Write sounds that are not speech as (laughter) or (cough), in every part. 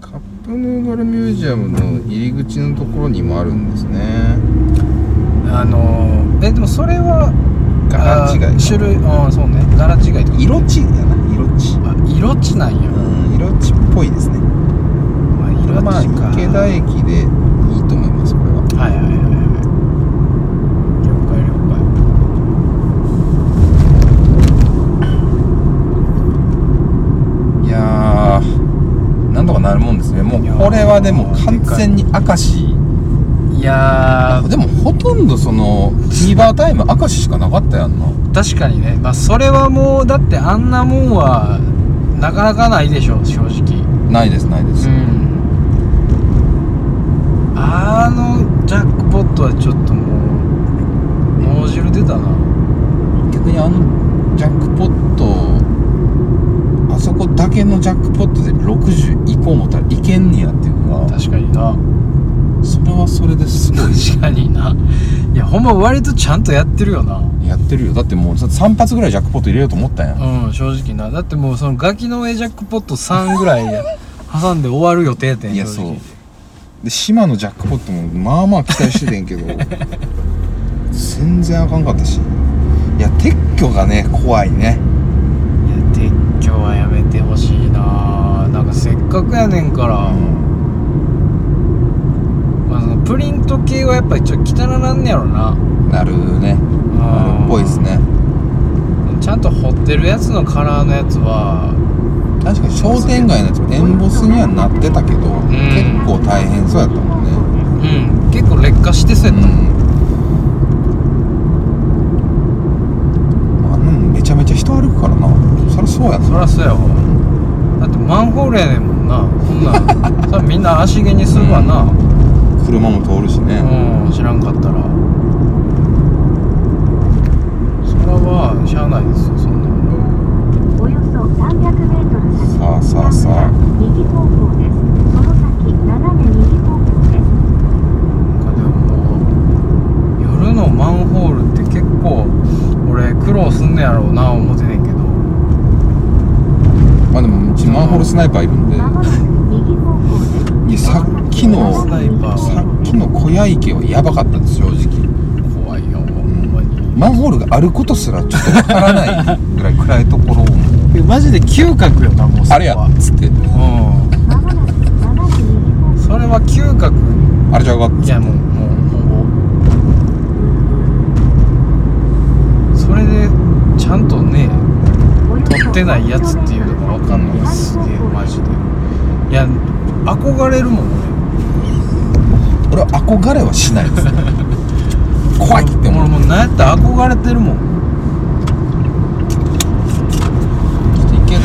箱根ガルミュージアムの入り口のところにもあるんですねあのーえでもそれは柄違いあー種類ああそうね柄違いとか色地だな色地あ色地なんや、うん色地っぽいですねまあ、色地か、まあ池田はい駅でいいと思いますこれははいはいはい了解了解いやーなんとかなるもんですねもいやうーこれはでも完全に明石いやあでもほとんどそのフィーバータイム明石しかなかったやんなー確かにね、まあ、それはもうだってあんなもんはなかなかないでしょ正直ないですないです、うんあのジャックポットはちょっともう脳汁出たな逆にあのジャックポットあそこだけのジャックポットで60いこう思ったらいけんねやっていうのが確かになそれはそれですごい確かにないやほんま割とちゃんとやってるよなやってるよだってもう3発ぐらいジャックポット入れようと思ったやんうん正直なだってもうそのガキのエジャックポット3ぐらい挟んで終わる予定点いや正直で島のジャックポットもまあまあ期待しててんけど全然あかんかったしいや撤去がね怖いねいや撤去はやめてほしいななんかせっかくやねんから、うんまあ、そのプリント系はやっぱりちょっと汚なんねやろななるねなるっぽいですねちゃんと彫ってるやつのカラーのやつは確かに商店街のやつもエンボスにはなってたけど結構大変そうやったもんねうん結構劣化してそうやったもん、うん、あんなのめちゃめちゃ人歩くからなそりゃそうやなそりゃそうやわだってマンホールやねんもんなこんなん (laughs) そらみんな足毛にするわな、車も通るしね、うん知らんかったらそれはしゃあないですよそんなのおよそ300メートル先さあさあさあ右方向です。その先斜め右方向です。なんかでももう夜のマンホールって結構俺苦労すんねやろうな思ってねんけどまあでもうちマンホールスナイパーいるんでまもなく右方向です。いやさっきのスナイパーさっきの小屋池はやばかったです正直怖いよほんまにマンホールがあることすらちょっとわからないぐらい暗いところをマジで嗅覚よなもうあれやっつってうんまもなく斜め右方向それは嗅覚あれじゃがっいやもうもうほぼそれでちゃんとねおよそ取ってないやつっていうのが分かんのがすげえマジでいや憧れるもん俺は憧れはしない (laughs) ですね怖いって俺思俺うもうなんやったら憧れてるもん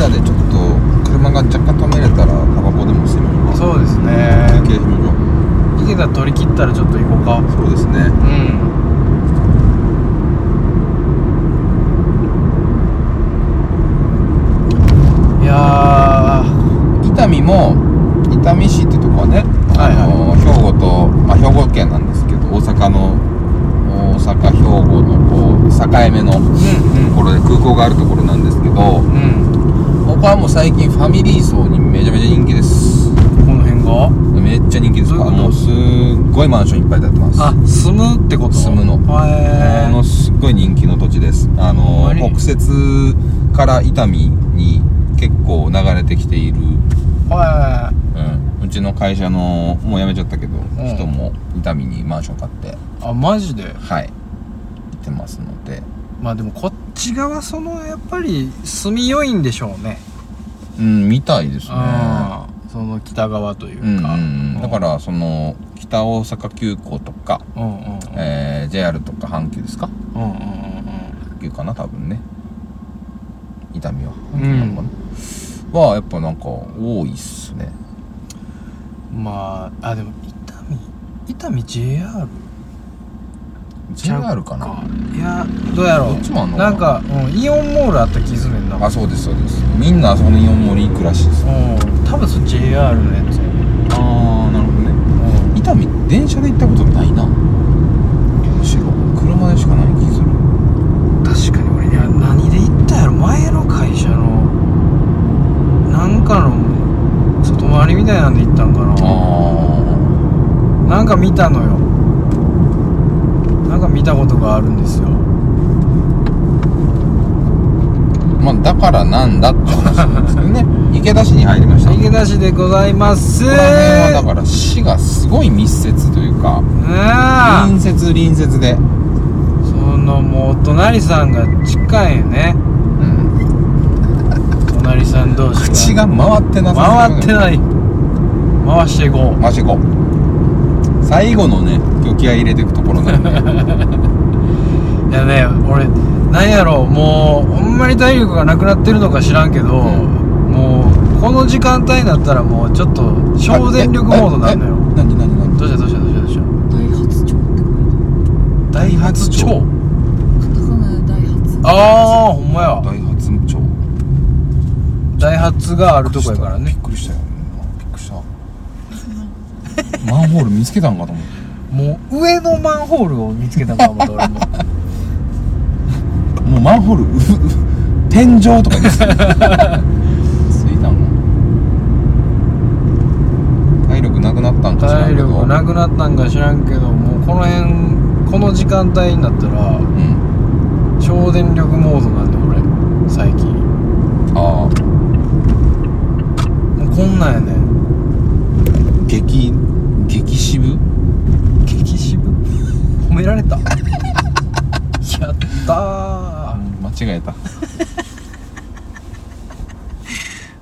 ちょっと池田でちょっと車が若干止めれたらタバコでもしてみようかそうです休ね憩しましょう池田取り切ったらちょっと行こうかそうですねうんいやー伊丹も伊丹市ってとこはね、はいはあいの兵庫と、まあ、兵庫県なんですけど大阪の大阪兵庫のこう境目のところで空港があるところなんですけどこうんうんこはもう最近ファミリー層にめちゃめちゃ人気ですこの辺がめっちゃ人気ですどういうこともうすっごいマンションいっぱい建ってますあ住むってこと住むのへえものすっごい人気の土地ですあのほんまに北摂から伊丹に結構流れてきているはうん、うちの会社のもう辞めちゃったけど、ん人も伊丹にマンション買っていあマジではい行ってますのでまあでもこっち側そのやっぱり住みよいんでしょうねうんみたいですねああその北側といううんうんか、うん、だからその北大阪急行とか、うんうんうんえー、JR とか阪急ですかうんうんうん阪急かな多分ね伊丹はうん阪急なのかなはやっぱなんか多いっすねうんまああでも伊丹伊丹 JR ちゃう JR かないやどうやろどっちもあんうのなんか、うん、イオンモールあった気すんねんなあそうですそうですみんなあそこのイオンモール行くらしいですうん多分それ JR のやつやねああなるほどねうん伊丹電車で行ったことないなむしろ車でしかない気する確かに俺いや何で行ったやろ前の会社のなんかの外回割りみたいなんで行ったんかあなあなんか見たのよなんか見たことがあるんですよまあだからなんだって話なんですけどね (laughs) 池田市に入りました逃げ出しでございますこの辺はだねから市がすごい密接というかえ隣接隣接で、そのもうお隣さんが近いねうん、お隣さん同士口が回ってなさ回っていない回していこう回していこう最後のね今日気合い入れ (laughs) ていくところなんでいやね俺なんやろうもうほんまに体力がなくなってるのか知らんけど、もうこの時間帯になったらもうちょっと省電力モードなんだよえええ何何何どうしたどうしたどうしたどうした大発長って書い大発大超てあああるカタカナで大発ほんまや大発長大発があるとこやからねびっくりしたよびっくりしたマンホール見つけたんかと思ってもう上のマンホールを見つけたかもと俺ももうマンホールうふうふ天井とかですついたもん体力なくなったんか知らん (laughs) 体けど力なくなったんか知らんけどもうこの辺この時間帯になったらうん省電力モードなんで俺最近ああもうこんなんやね激激渋激渋褒められた (laughs) やったー間違えた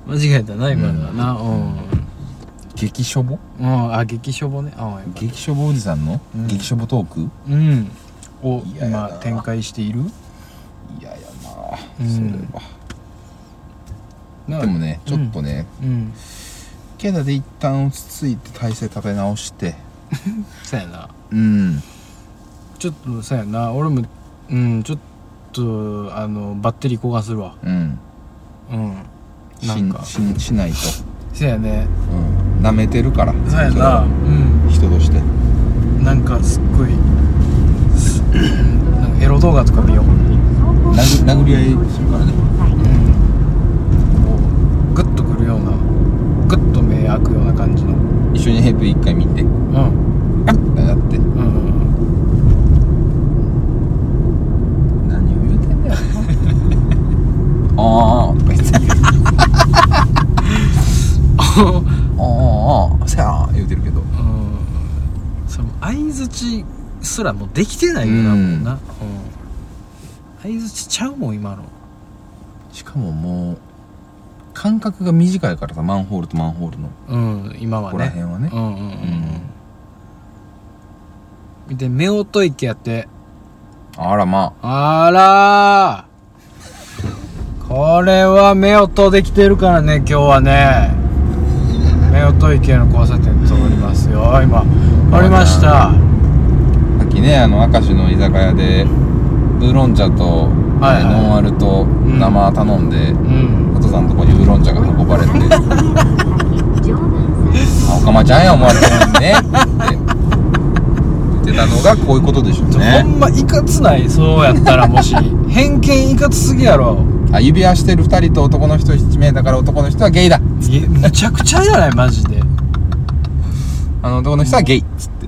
間違えたな今のはなうん、激しょぼうん、あ激しょぼねああ激しょぼおじさんの、うん激しょぼトークうんをいややな今展開しているいややうなんそれは、なでもねちょっとね、うん池田で一旦落ち着いて体勢立て直してそうやなうんちょっとそうやな俺もうんちょっとあのバッテリー焦がするわうんうんしなんかししないとそうやねうん舐めてるからそうやそれはなうん人としてなんかすっごいすなんかエロ動画とか見よう殴殴り合いするからねうん、グッとくるようなグッと目開くような感じのうん一緒にヘップ一回見てあっってなってうん何を言うてんだよあーあ別にあーあーせやー言うてるけどうんその相づちすらもうできてないよな、うんもうな、うん、相づちちゃうもん今のしかももう間隔が短いからさマンホールとマンホールのうん今はここらね辺はねうんうんうんうんで夫婦池やってあらまあらーこれは夫婦できてるからね今日はね夫婦池の交差点通りますよ今通りましたあさっきねあの明石の居酒屋でウーロン茶と、はいはいえーノンアルとん生頼んで、うんお父さんのとこにウーロン茶が運 (laughs) ばれて常磐線「あおかまちゃんや思われてるね」って言ってたのがこういうことでしょうほねんまいかつないそうやったらもし偏見いかつすぎやろあ指輪してる2人と男の人1名だから男の人はゲイだいやむちゃくちゃじゃないマジであの男の人はゲイっつって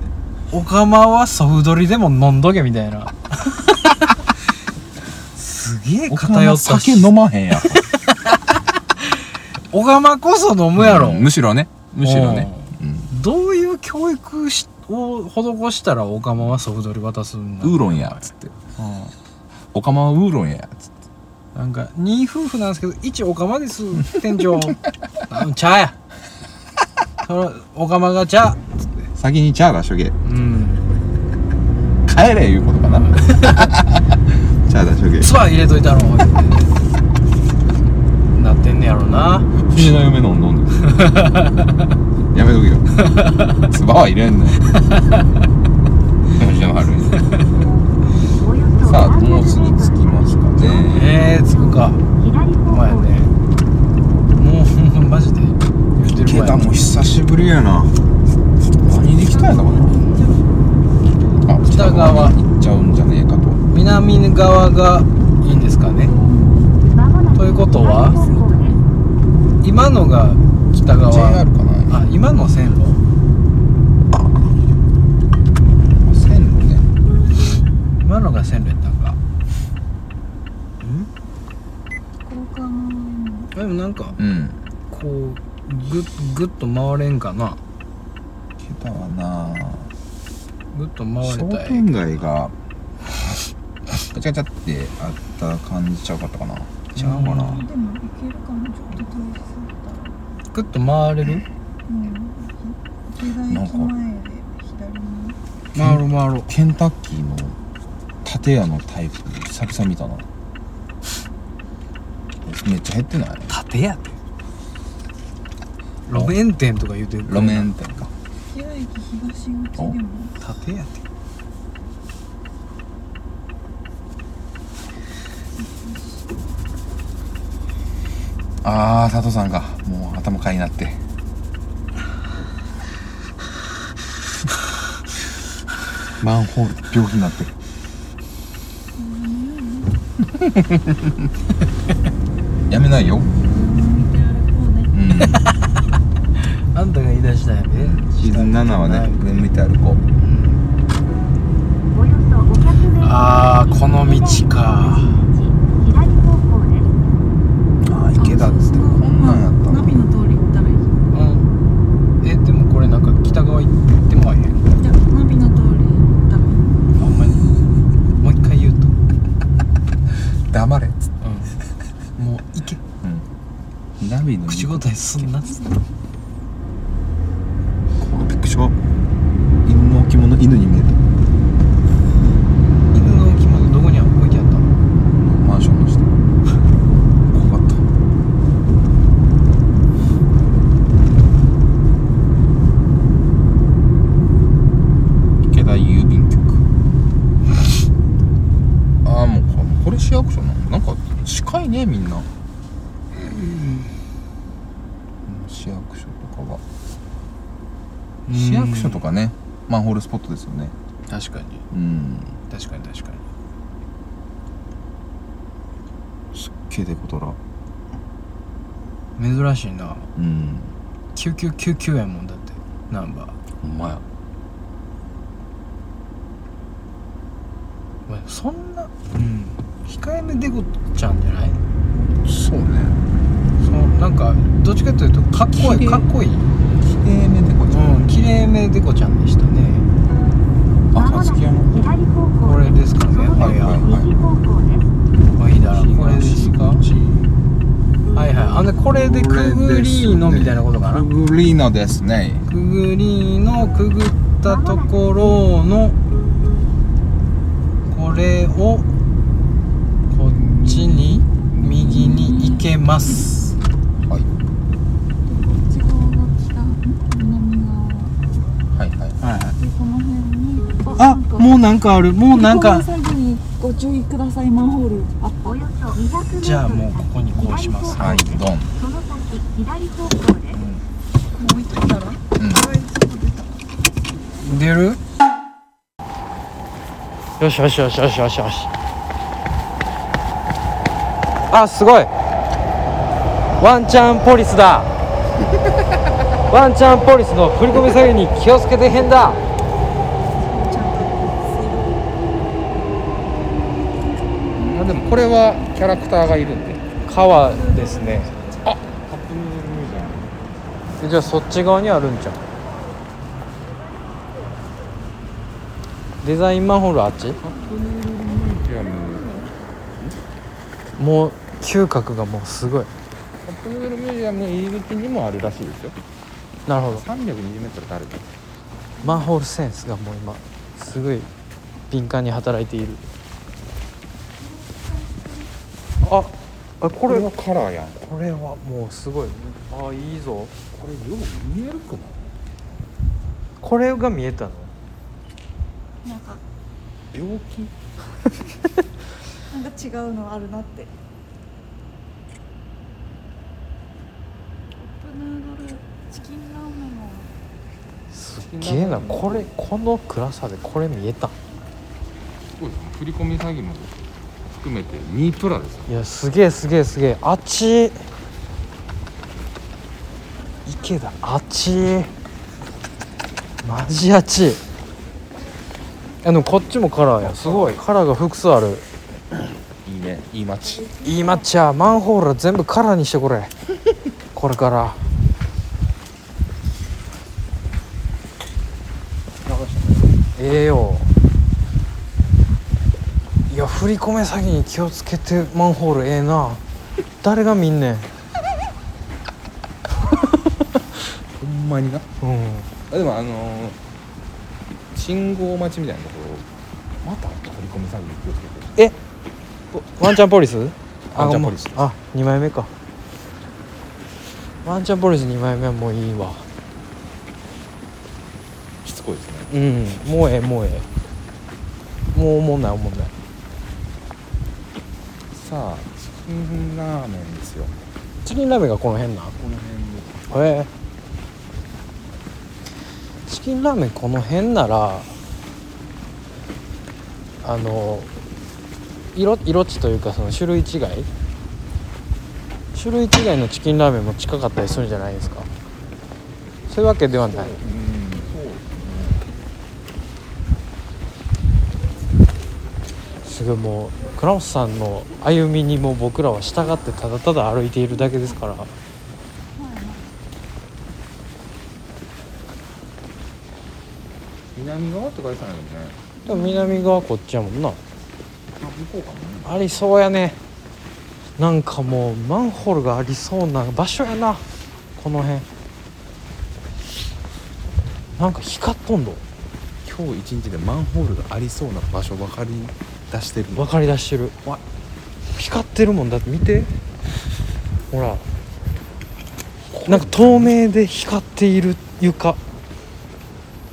おかまはソフドリでも飲んどけみたいなすげえおか偏まった酒飲まへんやおかまこそ飲むやろ、んむしろねむしろねうんどういう教育しを施したらオカマはソフトリ渡すんだウーロンやっつってうおかまはウーロンやっつってんなんか2夫婦なんですけど1オカマです店 (laughs) 長うん茶やそのオカマが茶先にチャー出しとけうん帰れいうことか (laughs) なチャー出しとけツバ入れといた (laughs) ろ言うてなってんねやろなうちの嫁の飲んで (laughs) るやめとけよ唾は入れんねんさあおよそ300もうすぐ着きますかねえー、つくか左お前方向ねもうマジで言ってる池前田も久しぶりやな何で来たんやなこれあ北側行っちゃうんじゃねえかと南側がいいんですかねまもなくということは左方向です今のが北側 JR かななんかうんこうぐぐっと回れんかな来たわなぐっと回商れたい店街がガチャガチャってあった感じちゃうかったかな違うかなでもいけるかもちょっと遠いそうだぐっと回れるうん池田駅前で左に回ろう回ろうケンタッキーの建屋のタイプ久々見たなめっちゃ減ってない縦やて路面店とか言うてる路面店か池田駅東口でも縦やてああ佐藤さんがもう頭かいになってマンホール病気にな (laughs) ってるやめないよ見てある方ねうんあんたが言い出したんやねシーズン7はね上向いて歩こうおよそ500メートルあーこの道か左方向です。ああ池田ってこんなんやったナビの通り行ったらいいうんえでもこれなんか北側行ってもらえへんじゃあナビの通り行ったらいいあんまりもう一回言うと黙れっつって、うんもう行けうん、ナビの口答えすんなっつってびっくりした犬の置物犬に見えた犬の置物どこに置いてあったのマンションの下怖かった池田郵便局ああもうここれ市役所なのなんか近いねみんな、市役所とかは市役所とかねマンホールスポットですよね確かにうん確かに確かにすっげえデコトラ珍しいなうん9999やもんだってナンバーほんまやお前そんなうん控えめでこちゃんじゃないそうねそのなんかどっちかというとかっこい綺い麗かっこいいきれいめでこちゃんうん綺麗めでこちゃんでしたね赤月屋の左方向これですかねはいはいはい右方向です。おいだらこれですかはいはいあのこれでくぐりのみたいなことかなグリーノですねくぐりのくぐったところのこれをこっちに右に行けますはいこっち側が北南側はいはいはいでこの辺にあもうなんかあるもうなんか最後にご注意くださいマンホールあおよそ200メートル先じゃあもうここにこうしますはいドンその先左方向です。もう行ったらうんこれちょっと出た出るよしよしよしよしよしよしあすごいワンチャンポリス (laughs) だワンチャンポリスの振り込み詐欺に気をつけて変だちゃんとまあでもこれはキャラクターがいるんで川ですねあじゃあそっち側にあるんちゃうデザインマンホールあっちいやもうもう嗅覚がもうすごいカップヌードルミュージアムの入り口にもあるらしいですよなるほど 320m ってあるかマンホールセンスがもう今すごい敏感に働いているああここれれこはカラーやんれはもうすごいあいいぞこれよう見えるくないこれが見えたのなんか病気なんか違うのあるなってカップヌードルチキンラーメンをすっげえなこれこの暗さでこれ見えたすごいですね振り込み詐欺も含めて2プラですよいやすげえすげえすげえあっち池田あっちマジあっちあでもこっちもカラーやすごいカラーが複数あるいいねいい街いい抹茶マンホール全部カラーにしてこれこれからええよいや振り込め詐欺に気をつけてマンホールええな誰が見んねんほんまになうんあでもあのー信号待ちみたいなところまた取り込み詐欺に気をつけてえワンチャンポリスワンチャンポリスあもうあ二枚目かワンチャンポリス二枚目はもういいわしつこいですねうんもうええもうええもうおもんないおもんないさあチキンラーメンですよチキンラーメンがこの辺なんこの辺でへえチキンラーメンこの辺ならあの色色地というかその種類違い種類違いのチキンラーメンも近かったりするんじゃないですかそういうわけではないうんそうすごいもう倉本さんの歩みにも僕らは従ってただただ歩いているだけですから南側って書いてたんやけどねでも南側こっちやもんなあ向こうかもねありそうやねなんかもうマンホールがありそうな場所やなこの辺なんか光っとんど今日一日でマンホールがありそうな場所ばかり出してる分かり出してるわ光ってるもんだって見てほらなんか透明で光っている床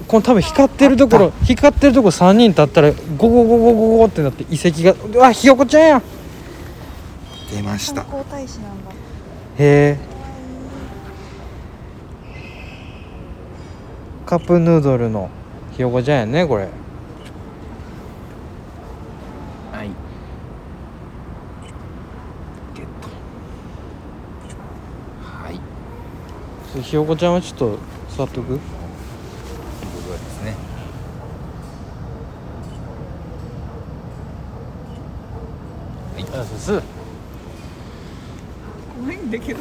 この多分光ってるところ光ってるところ3人立ったらゴゴゴゴゴゴってなって遺跡がうわひよこちゃんや出まし観た光大使なんだ。へえ可愛カップヌードルのひよこちゃんやねこれはいゲットはいひよこちゃんはちょっと座っとくということですねあそうい。怖いんだけど。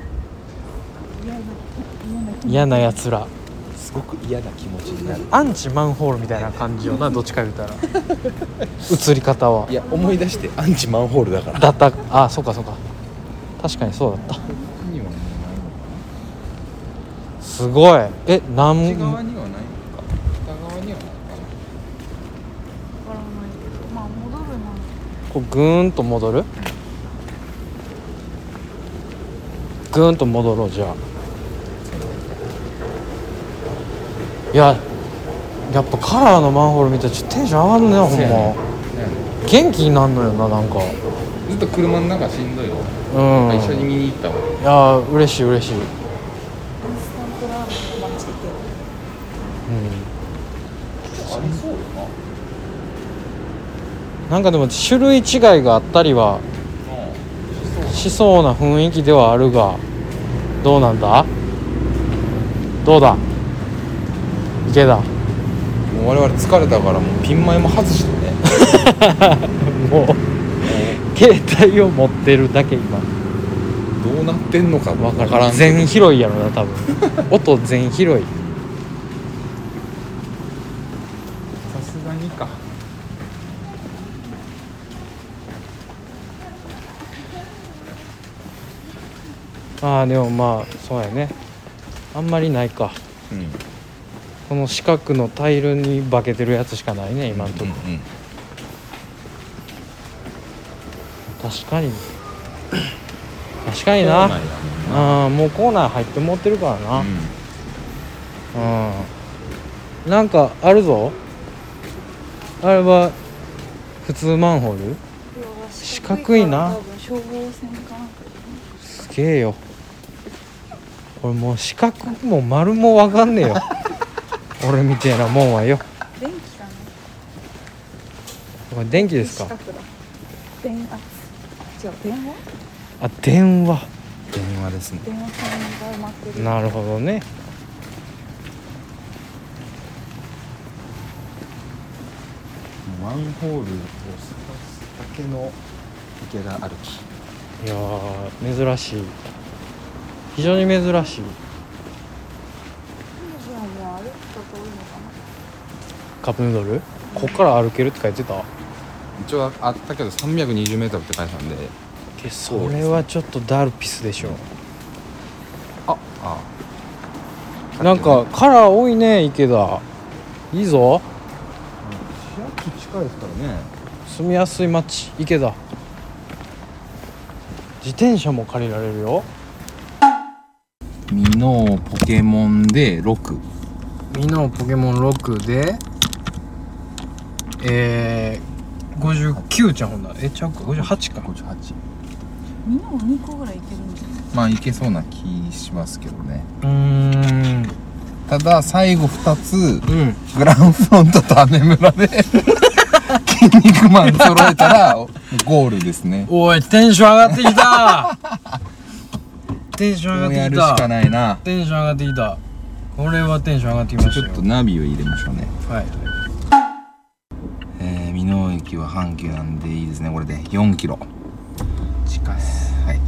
嫌な嫌な気持ち嫌なやつらすごく嫌な気持ちになるアンチマンホールみたいな感じよなどっちか言うた (laughs) ら映り方はいや思い出してアンチマンホールだからだったあそうかそうか確かにそうだにはもうなっいのたすごいえな内側んにはないのか北側にはないかわからないけど、まあ戻るな。こうぐーんと戻るぐーんと戻ろうじゃあいややっぱカラーのマンホール見たらちょっとテンション上がるねほそうやねんま元気になんのよななんかなずっと車の中しんどいわ、うん一緒に見に行ったわいやー嬉しい嬉しい、うん、インスタントラーメンの街で。ありそうよななんかでも種類違いがあったりはしそうな雰囲気ではあるがどうなんだどうだ池田もう我々疲れたからもうピン前も外して (laughs) ねもう携帯を持ってるだけ今どうなってんのかわわかからるん全広いやろな (laughs) 多分音全広いさすがにかああでもまあそうやねあんまりないかうんこの四角のタイルに化けてるやつしかないね今んとこ、うんうん確かに確かになそうなんやあもうコーナー入って持ってるからなうん、なんかあるぞあれは普通マンホールうわ四角いなから多分消防栓かなんか。すげえよ俺もう四角も丸もわかん (laughs) ねえよ俺みてえなもんはよ電気かな。これ電気です四か角だ。電圧。じゃあ電話？あ電話うん電話ですね電話線が埋まってる。なるほどねマンホールを探すだけの池があるいやー珍しい非常に珍しいじゃあもう歩くとこ多いのかなカップヌードルこっから歩けるって書いてた一応あったけど 320m って書いてたんでそれはちょっとダルピスでしょあああなんかカラー多いね池田いいぞ市役近いですからね住みやすい街池田自転車も借りられるよミノーポケモンで6ミノポケモン6でえー、59ちゃんほんなえちゃうか58か58みんなも2個ぐらいいけるんじゃないまあいけそうな気しますけどねうーんただ最後2つうんグランフロントとアメ村で (laughs) 筋肉マン揃えたらゴールですねおいテンション上がって (laughs) きたテンションも上うがやってるきしたかないなテンション上がってきたこれはテンション上がってきましちたょよっとナビを入れましょうねはいえー、美濃駅は阪急なんでいいですねこれで4キロ近いっすはいこ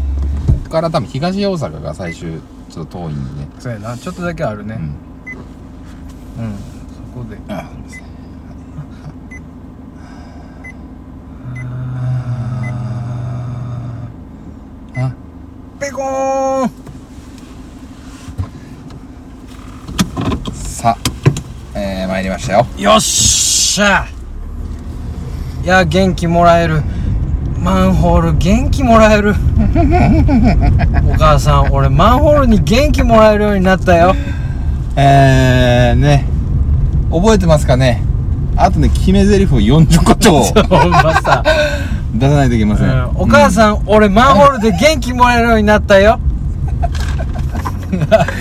こから多分東大阪が最終ちょっと遠いんでねそうやなちょっとだけあるうねんうん、そこであそうですねあペコーンさあえー、参りましたよよっしゃいや元気もらえるマンホール元気もらえるお母さん俺マンホールに元気もらえるようになったよえー、ね覚えてますかねあとね決め台詞を40個 (laughs) 超ほんまさ、出さないといけまうせん、ん、お母んさん、俺マンホールで元気もらえるようになったよ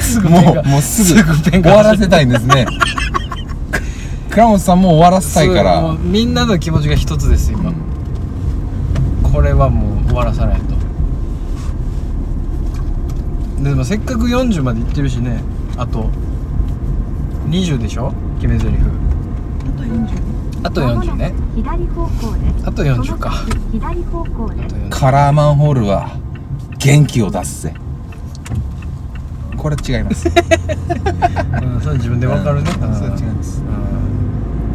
すぐもペンがうもうすぐペン終がわらせたいんですね倉本さんも終わらせたいかすごらもうみんなの気持ちが一つです今、うんこれはもう終わらさないとでもせっかく40までいってるしねあと20でしょ決め台詞あと40あと40ね左方向です。あと40かこの先左方向です。カラーマンホールは元気を出すぜこれ違いますうんそれ自分で分かるね、うんそれ違います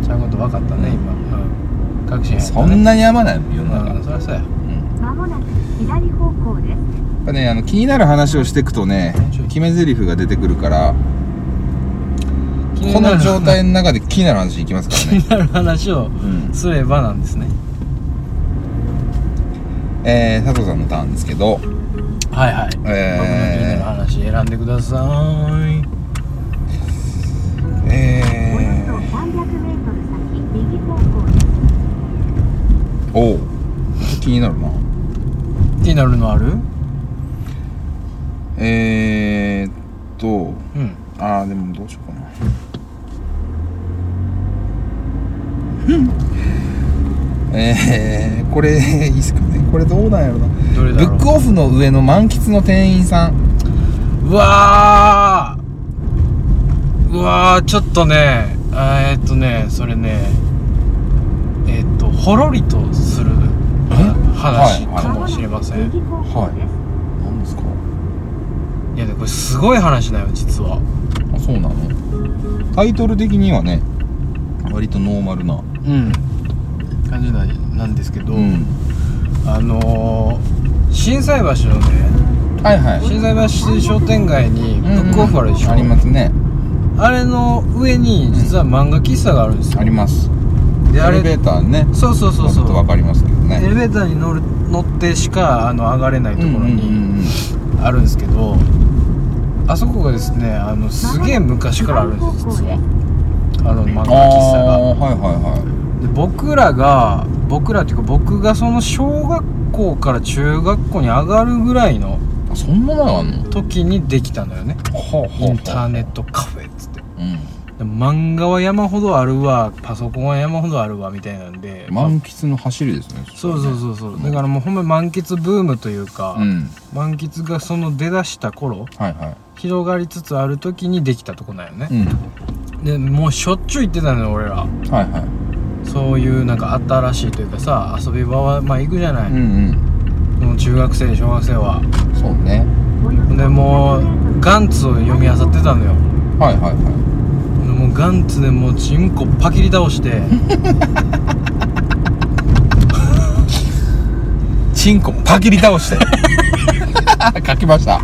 うんちゃんこと分かったね今、うん、確信そんななに山ないの世の中、うんそりゃそうやうんまもなく左方向です。やっぱねあの気になる話をしていくとね決め台詞が出てくるからこの状態の中で気になる話いきますから気 (laughs) ね、になる話をうんすればなんですね、えー、佐藤さんのターンですけどはいはい、え僕の気になる話選んでくださいー、えおよそ300メートル先右方向です。ー、おお気になるな気になるのあるえー、っとうんあーでもどうしようかなえー、これいいですかねこれどうなんやろなどれブだろうックオフの上の満喫の店員さんうわーうわーちょっとねあーえーっとねそれねえーっとほろりとするは話いはいかもしれません、い右方向です。なんですかやでこれすごい話だよ実はあそうなのタイトル的にはね割とノーマルなうん感じななんですけど、んあのー、心斎橋のねはいはい心斎橋商店街にブックオフあるでしょ、うんうんありますねあれの上に実は漫画喫茶があるんですよ、ありますであエレベれーターねそうそうそうそちょっとわうかりますけどエレねベーターに乗る乗ってしかあの上がれないところうんうんにうんうんあるんですけど、あそこがですねあのすげえ昔からあるんです実はあの漫画喫ああ茶がはいはいはで僕らが僕らっていうか僕がその小学校から中学校に上がるぐらいのいあそんなのあんの時にできたんだよねはインターネットカフェっつってうで漫画は山ほどあるわパソコンは山ほどあるわみたいなんでん、満喫の走りですねそうそううそうそうだからもうほんまに満喫ブームというか、うん満喫がその出だした頃はいは広がりつつある時にできたとこなんよねい、うんでもうしょっちゅう行ってたのよ俺らはいはそういうなんかあったらしいというかさ遊び場はまあ行くじゃない、うんうんもう中学生小学生はそうねほんでもうガンツを読み漁ってたのよはいはいはもうガンツでもうチンコパキリ倒して (laughs) いチンコパキリ倒して (laughs) 書きました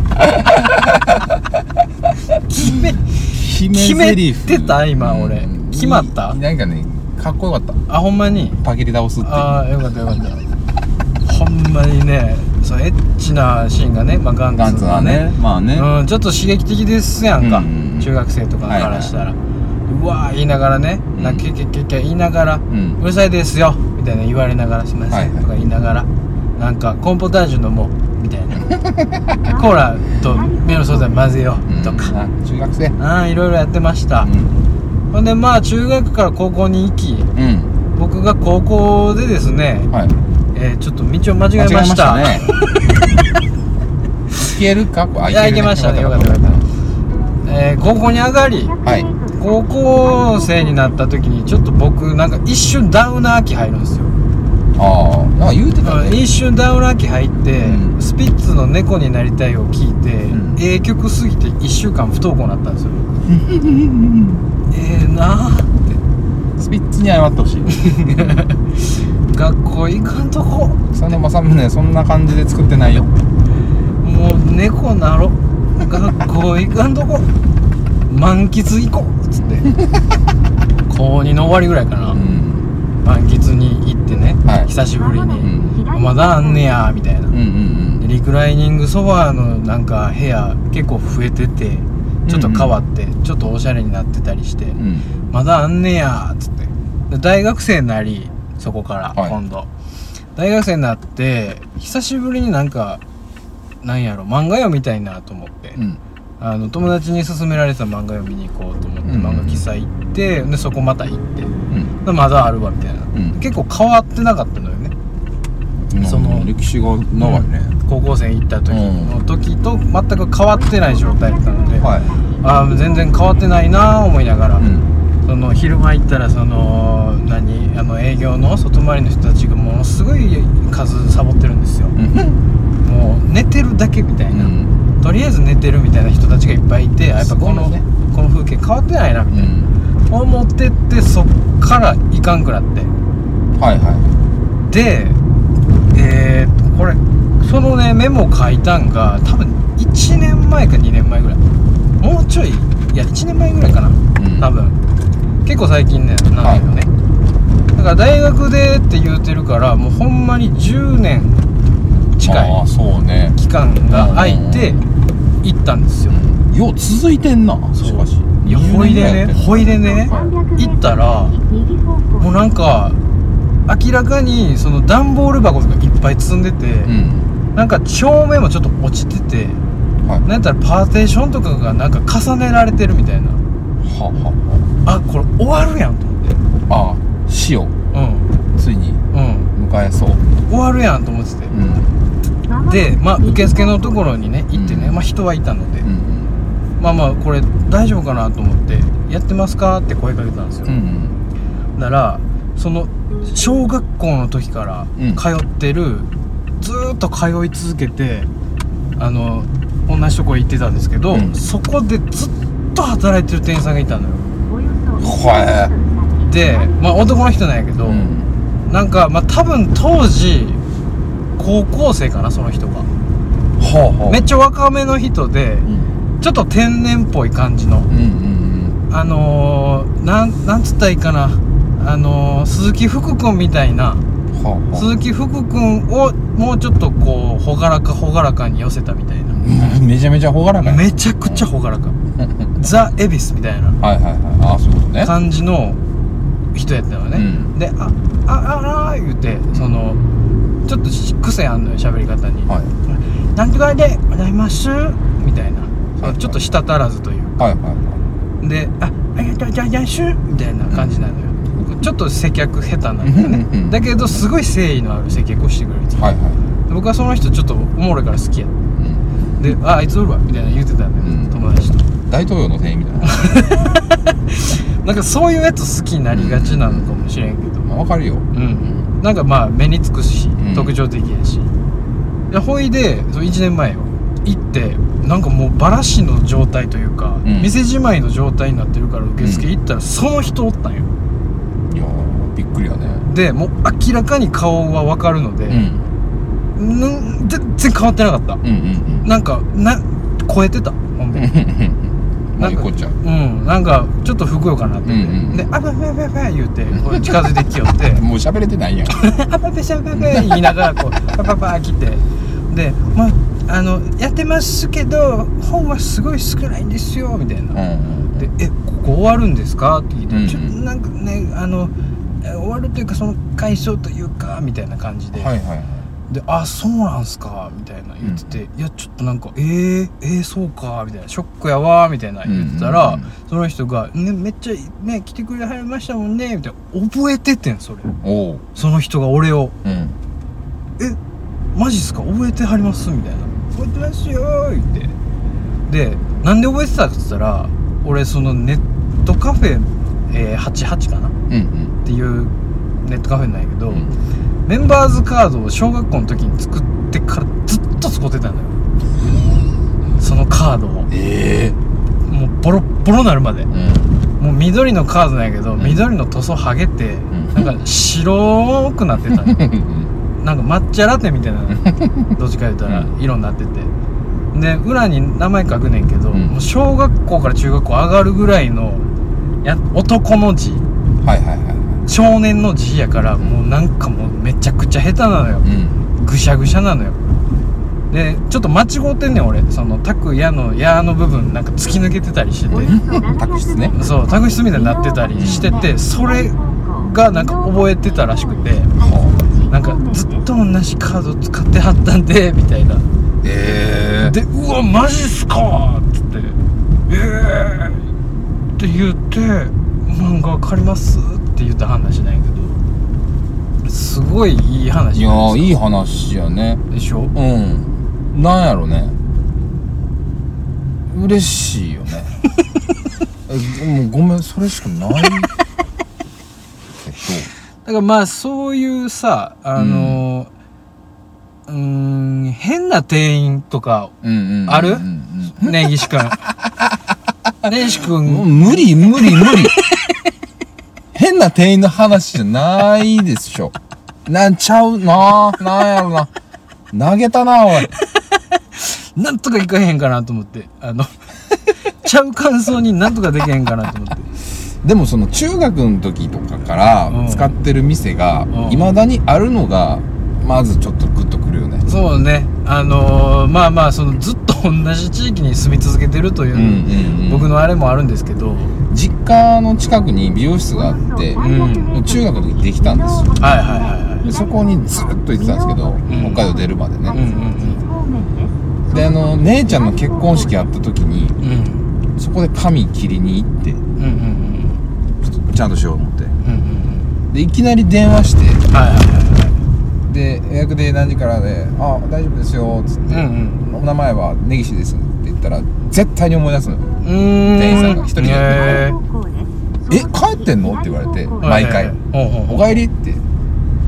決め決決めてた今俺決まったなんかねかっこよかったあほんまにパキリ倒すっていうああよかったよかったほんまにねそうエッチなシーンがね、まあ、ガンガンツツがはねねまあね、うん、ちょっと刺激的ですやんか、うん中学生とかからしたら、うわー言いながらね、うんなんかけけけけ言いながら、うんるさいですよみたいな言われながらすみません、はいはいとか言いながらなんかコーンポタージュ飲もうみたい (laughs) なコーラとメロンソーダ混ぜようんうとか、あ中学生ああいろいろやってました、うんほんでまあ中学から高校に行きうん僕が高校でですね、はいえーちょっと道を間違えました間違えましたねいけるかあいやいけましたねよかったよかった、えー高校に上がりはい高校生になった時にちょっと僕なんか一瞬ダウナー期入るんですよ、ああなんか言うてたね一瞬ダウナー期入って、うんスピッツの「猫になりたい」を聞いて、うんええ曲すぎて1週間不登校になったんですよええなあ (laughs) っスピッツに謝ってほしいて学校行かんとこそのまさむねそんな感じで作ってないよもう猫なろ学校行かんとこ満喫行こうっつって高2の終わりぐらいかな、うん満喫に行ってね、はい久しぶりに、うまだあんねやみたいなうんうんリクライニングソファーのなんか部屋結構増えててちょっと変わって、ちょっとおしゃれになってたりして、うんうんまだあんねやっつってで大学生になりそこからはい今度、大学生になって久しぶりになんかなんやろ漫画読みたいなと思って、うんあの友達に勧められてた漫画読みに行こうと思っうて、んうん漫画喫茶行ってでそこまた行ってうんでまだあるわみたいな、ん結構変わってなかったのよねうんその歴史が長いね高校生行った時うんの時と全く変わってない状態だったので、はいああ全然変わってないなあ思いながら、うんその昼間行ったらその何あの営業の外回りの人たちがものすごい数サボってるんですようんもう寝てるだけみたいな、とりあえず寝てるみたいな人たちがいっぱいいてあやっぱこの、すごいねこの風景変わってないなみうたいな、ん思ってってそっから行かんくなってはいはでえー、とこれそのねメモ書いたんが多分1年前か2年前ぐらいもうちょいいや1年前ぐらいかな、うん多分結構最近ねなんだよね、だから大学でって言うてるからもうほんまに10年い近ああいそうね期間が空いて行ったんですよ、よう続いてんなそうしかしいやほいでねほいでね行行ったらももうなんか明らかにその段ボール箱とかいっぱい積んでて、うんなんか照明もちょっと落ちててはいなんやったらパーテーションとかがなんか重ねられてるみたいなははあこれ終わるやんと思ってはああ死をうんついにうん迎えそう終わるやんと思っててうんでまあ受付のところにね行ってね、うんまあ人はいたので、うんまあまあこれ大丈夫かなと思って「やってますか?」って声かけたんですよ、うんならその小学校の時からうん通ってる、ずーっと通い続けてあの同じとこ行ってたんですけど、うんそこでずっと働いてる店員さんがいたのよへ (laughs) でまあ男の人なんやけど、うんなんかまあ多分当時高校生かなその人がはあはあめっちゃ若めの人でうんちょっと天然っぽい感じのうんうんあのー、なんなんつったらいいかなあのー、鈴木福君みたいなうんはあは鈴木福君をもうちょっとこう朗らか朗らかに寄せたみたいなあ (laughs) めちゃめちゃほがらかやめちゃくちゃ朗らかザ・恵比寿みたいな (laughs) はいはいはいああそういうことね感じの人やったのね、うんで「ああああ」言うてそのちょっとし癖あんのよ喋り方にはい「なんとかでございます」みたいな、はいはいちょっと舌足らずというはいはで「あありがとうございます」みたいな感じなのよ、ちょっと接客下手なのよねうんうんうんだけどすごい誠意のある接客をしてくれるんですいはいはいは僕はその人ちょっとおもろいから好きやいうんで「ああいつおるわ」みたいな言うてたんだよ、うん友達と大統領 (laughs) の店員みたいななんかそういうやつ好きになりがちなのかもしれんけど、うんまあわかるようんなんかまあ目につくし、ん特徴的やしでほいでその1年前よ行ってなんかもうバラしの状態というか、ん店じまいの状態になってるから受付行ったらその人おったんよいやーびっくりやねでもう明らかに顔は分かるので、うんなん全然変わってなかったうんうんなんかな超えてたほんでうんまあなんゆかこちゃんうんなんかちょっとふくよかなって、うんうんで「あべべべべ」言うてこう近づいてきよってもう喋れてないやんパパペシャパペ言いながらこうパパパ来てで「まああのやってますけど本はすごい少ないんですよ」みたいなうんで「えここ終わるんですか?」って聞いて「うんうんちょっとなんかねあのえ終わるというかその解消というか」みたいな感じで「はいはいはいであそうなんすか」みたいな言ってて「いやちょっとなんかえー、えー、そうか」みたいな「ショックやわ」みたいな言ってたら、うんうんうんその人が、ね「めっちゃね来てくれはりましたもんね」みたいな覚えててんそれおうその人が俺を。うんえマジっすか覚えてはりますみたいな覚えてますよー言ってでなんで覚えてたかって言ったら俺そのネットカフェ、えー88かなっうんていうネットカフェなんやけど、うんうんメンバーズカードを小学校の時に作ってからずっと使ってたのよそのカードをもええうボロッボロなるまでうんもう緑のカードなんやけど、ん緑の塗装剥げて、んなんか白くなってた (laughs) のよなんか抹茶ラテみたいなどっちか言ったらう色になっててで裏に名前書くねんけど、うんもう小学校から中学校上がるぐらいのや男の字はいはいは少年の字やからもうなんかもうめちゃくちゃ下手なのよいうんぐしゃぐしゃなのよでちょっと間違うてんねん俺その「たくや」の「や」の部分なんか突き抜けてたりしておよてそ宅室ねそう宅室みたいになってたりしててそれがなんか覚えてたらしくてなんかずっと同じカード使ってはったんでみたいなええで「うわマジっすか!」っつって「ええー!」って言って「漫画借ります」って言った話なんやけどすごいいい話いじゃやなーいでいい話やねすかでしょうんなんやろね嬉しいよ (laughs) ねえもうごめんそれしかないけだからまあそういうさあのうーん変な店員とかど、うんうんうんうんあるうん根岸君根岸もう君無理無理無理変な店員の話じゃないでしょなんちゃうななんやろな投げたなおいなんとかいかへんかなと思ってあのちゃう感想になんとかできへんかなと思ってでもその中学の時とかから使ってる店がんいまだにあるのがまずちょっとグッとくるよねそうねあのーまあまあそのずっと同じ地域に住み続けてるという、うんうん僕のあれもあるんですけど実家の近くに美容室があってん中学の時できたんですよはいはいはいはいでそこにずっと行ってたんですけど、ん北海道出るまでうんね、うんうんであの姉ちゃんの結婚式あった時にうんそこで髪切りに行ってうんうんうんちょっとちゃんとしようと思ってうんうんでいきなり電話してうんはいはいはで予約で何時からで「あ大丈夫ですよ」つっいてはいうん「お名前は根岸です」って言ったら絶対に思い出すのようんうーん店員さんが一人でへーええ帰帰っっててんんののっってて言言わわれれてては毎いはい回ほうほう「おほうかえり」って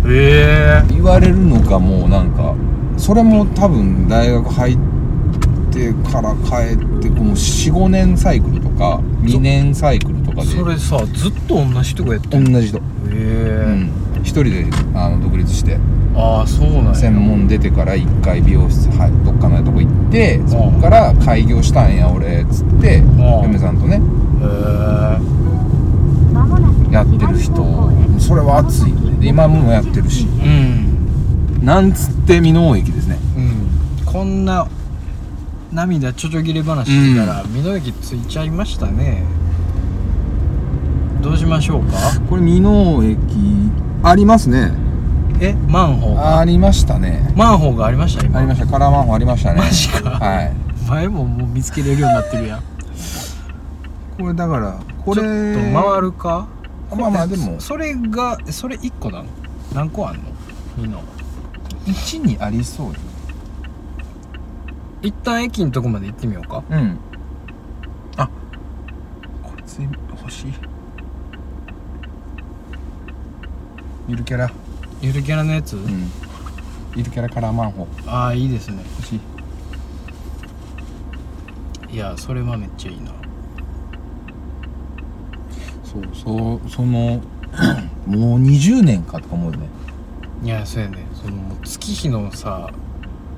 へ言われるのがもうなんかそれも多分大学入ってから帰ってもう45年サイクルとか2年サイクルとかでえそれさずっと同じとこやってんのへ同じ人、うえん、一人であの独立してああそうなんや専門出てから1回美容室入どっかのとこ行ってそこから開業したんや俺っつってん嫁さんとねへややっっててるる人人そそれれはは熱熱いいよねで今今ももややっっててるるししえうんなんつって箕面駅ですねうんこんな涙ちょちょぎれ話してたら美濃駅ついちゃいましたねどうしましょうかこれ箕面駅ありますねえマンホーありましたねマンホーがありました今ありましたカラーマンホンありましたねマジかはい前ももう見つけれるようになってるやんこれだから (laughs) これちょっと回るかまあまあでもそれがそれ1個なの何個あんの美濃1にありそうよ一旦駅のとこまで行ってみようかうんあこれつい欲しいゆるキャラゆるキャラのやつ、うんゆるキャラカラーマンホああいいですね欲しいいやそれはめっちゃいいなそうそうその (clears throat) もう20年かとか思うよねいやそうやねそのもう月日のさ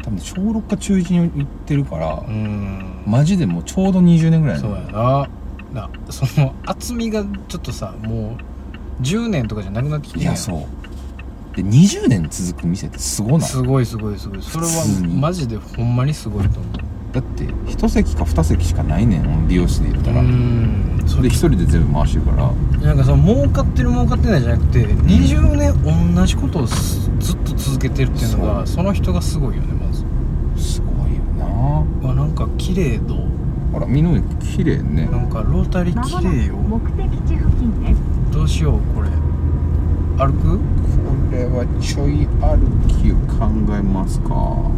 多分小6か中1に行ってるからうーんマジでもうちょうど20年ぐらいそうやななその厚みがちょっとさもう10年とかじゃなくなってきているややんそうで20年続く店ってすごないすごいすごいすごいそれは普通にマジでほんまにすごいと思うだって一席か二席しかないねん美容室で言ったら、うーでんそ一人で全部回してるからなんかその儲かってる儲かってないじゃなくて20年同じことをすずっと続けてるっていうのがその人がすごいよねまずすごいよなうわなんか綺麗どほらみのり綺麗ねなんかロータリまーも綺なく麗よ目的地付近です。どうしようこれ歩くこれはちょい歩きを考えますか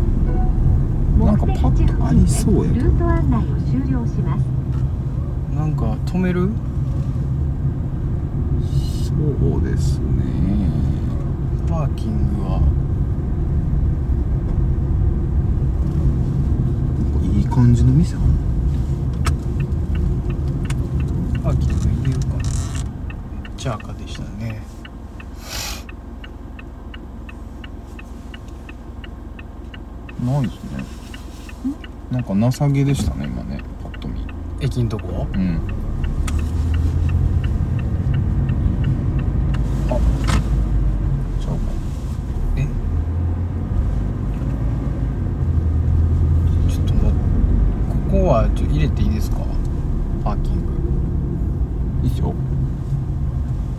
なんかパッとありそうやけルどート案内を終了します。なんか止めるそうですねパーキングはなんかいい感じの店あるパーキング入れようかなめっちゃ赤でしたねないですねなんか情けでしたね今ねパッと見駅んとこうんあちゃうかえちょっともうここはちょ入れていいですかパーキング以上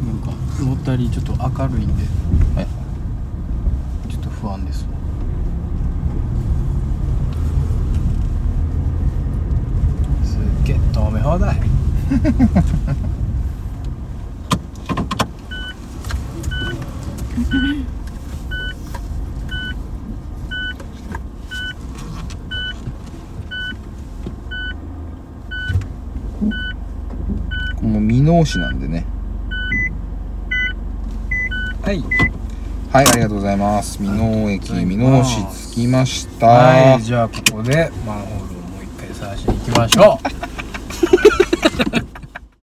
なんかロータリーちょっと明るいんではいちょっと不安ですわすっげえ遠め放題もう箕面市なんでねはいはいありがとうございます箕面駅箕面市着きましたはいじゃあここでマンホールをもう一回探しに行きましょう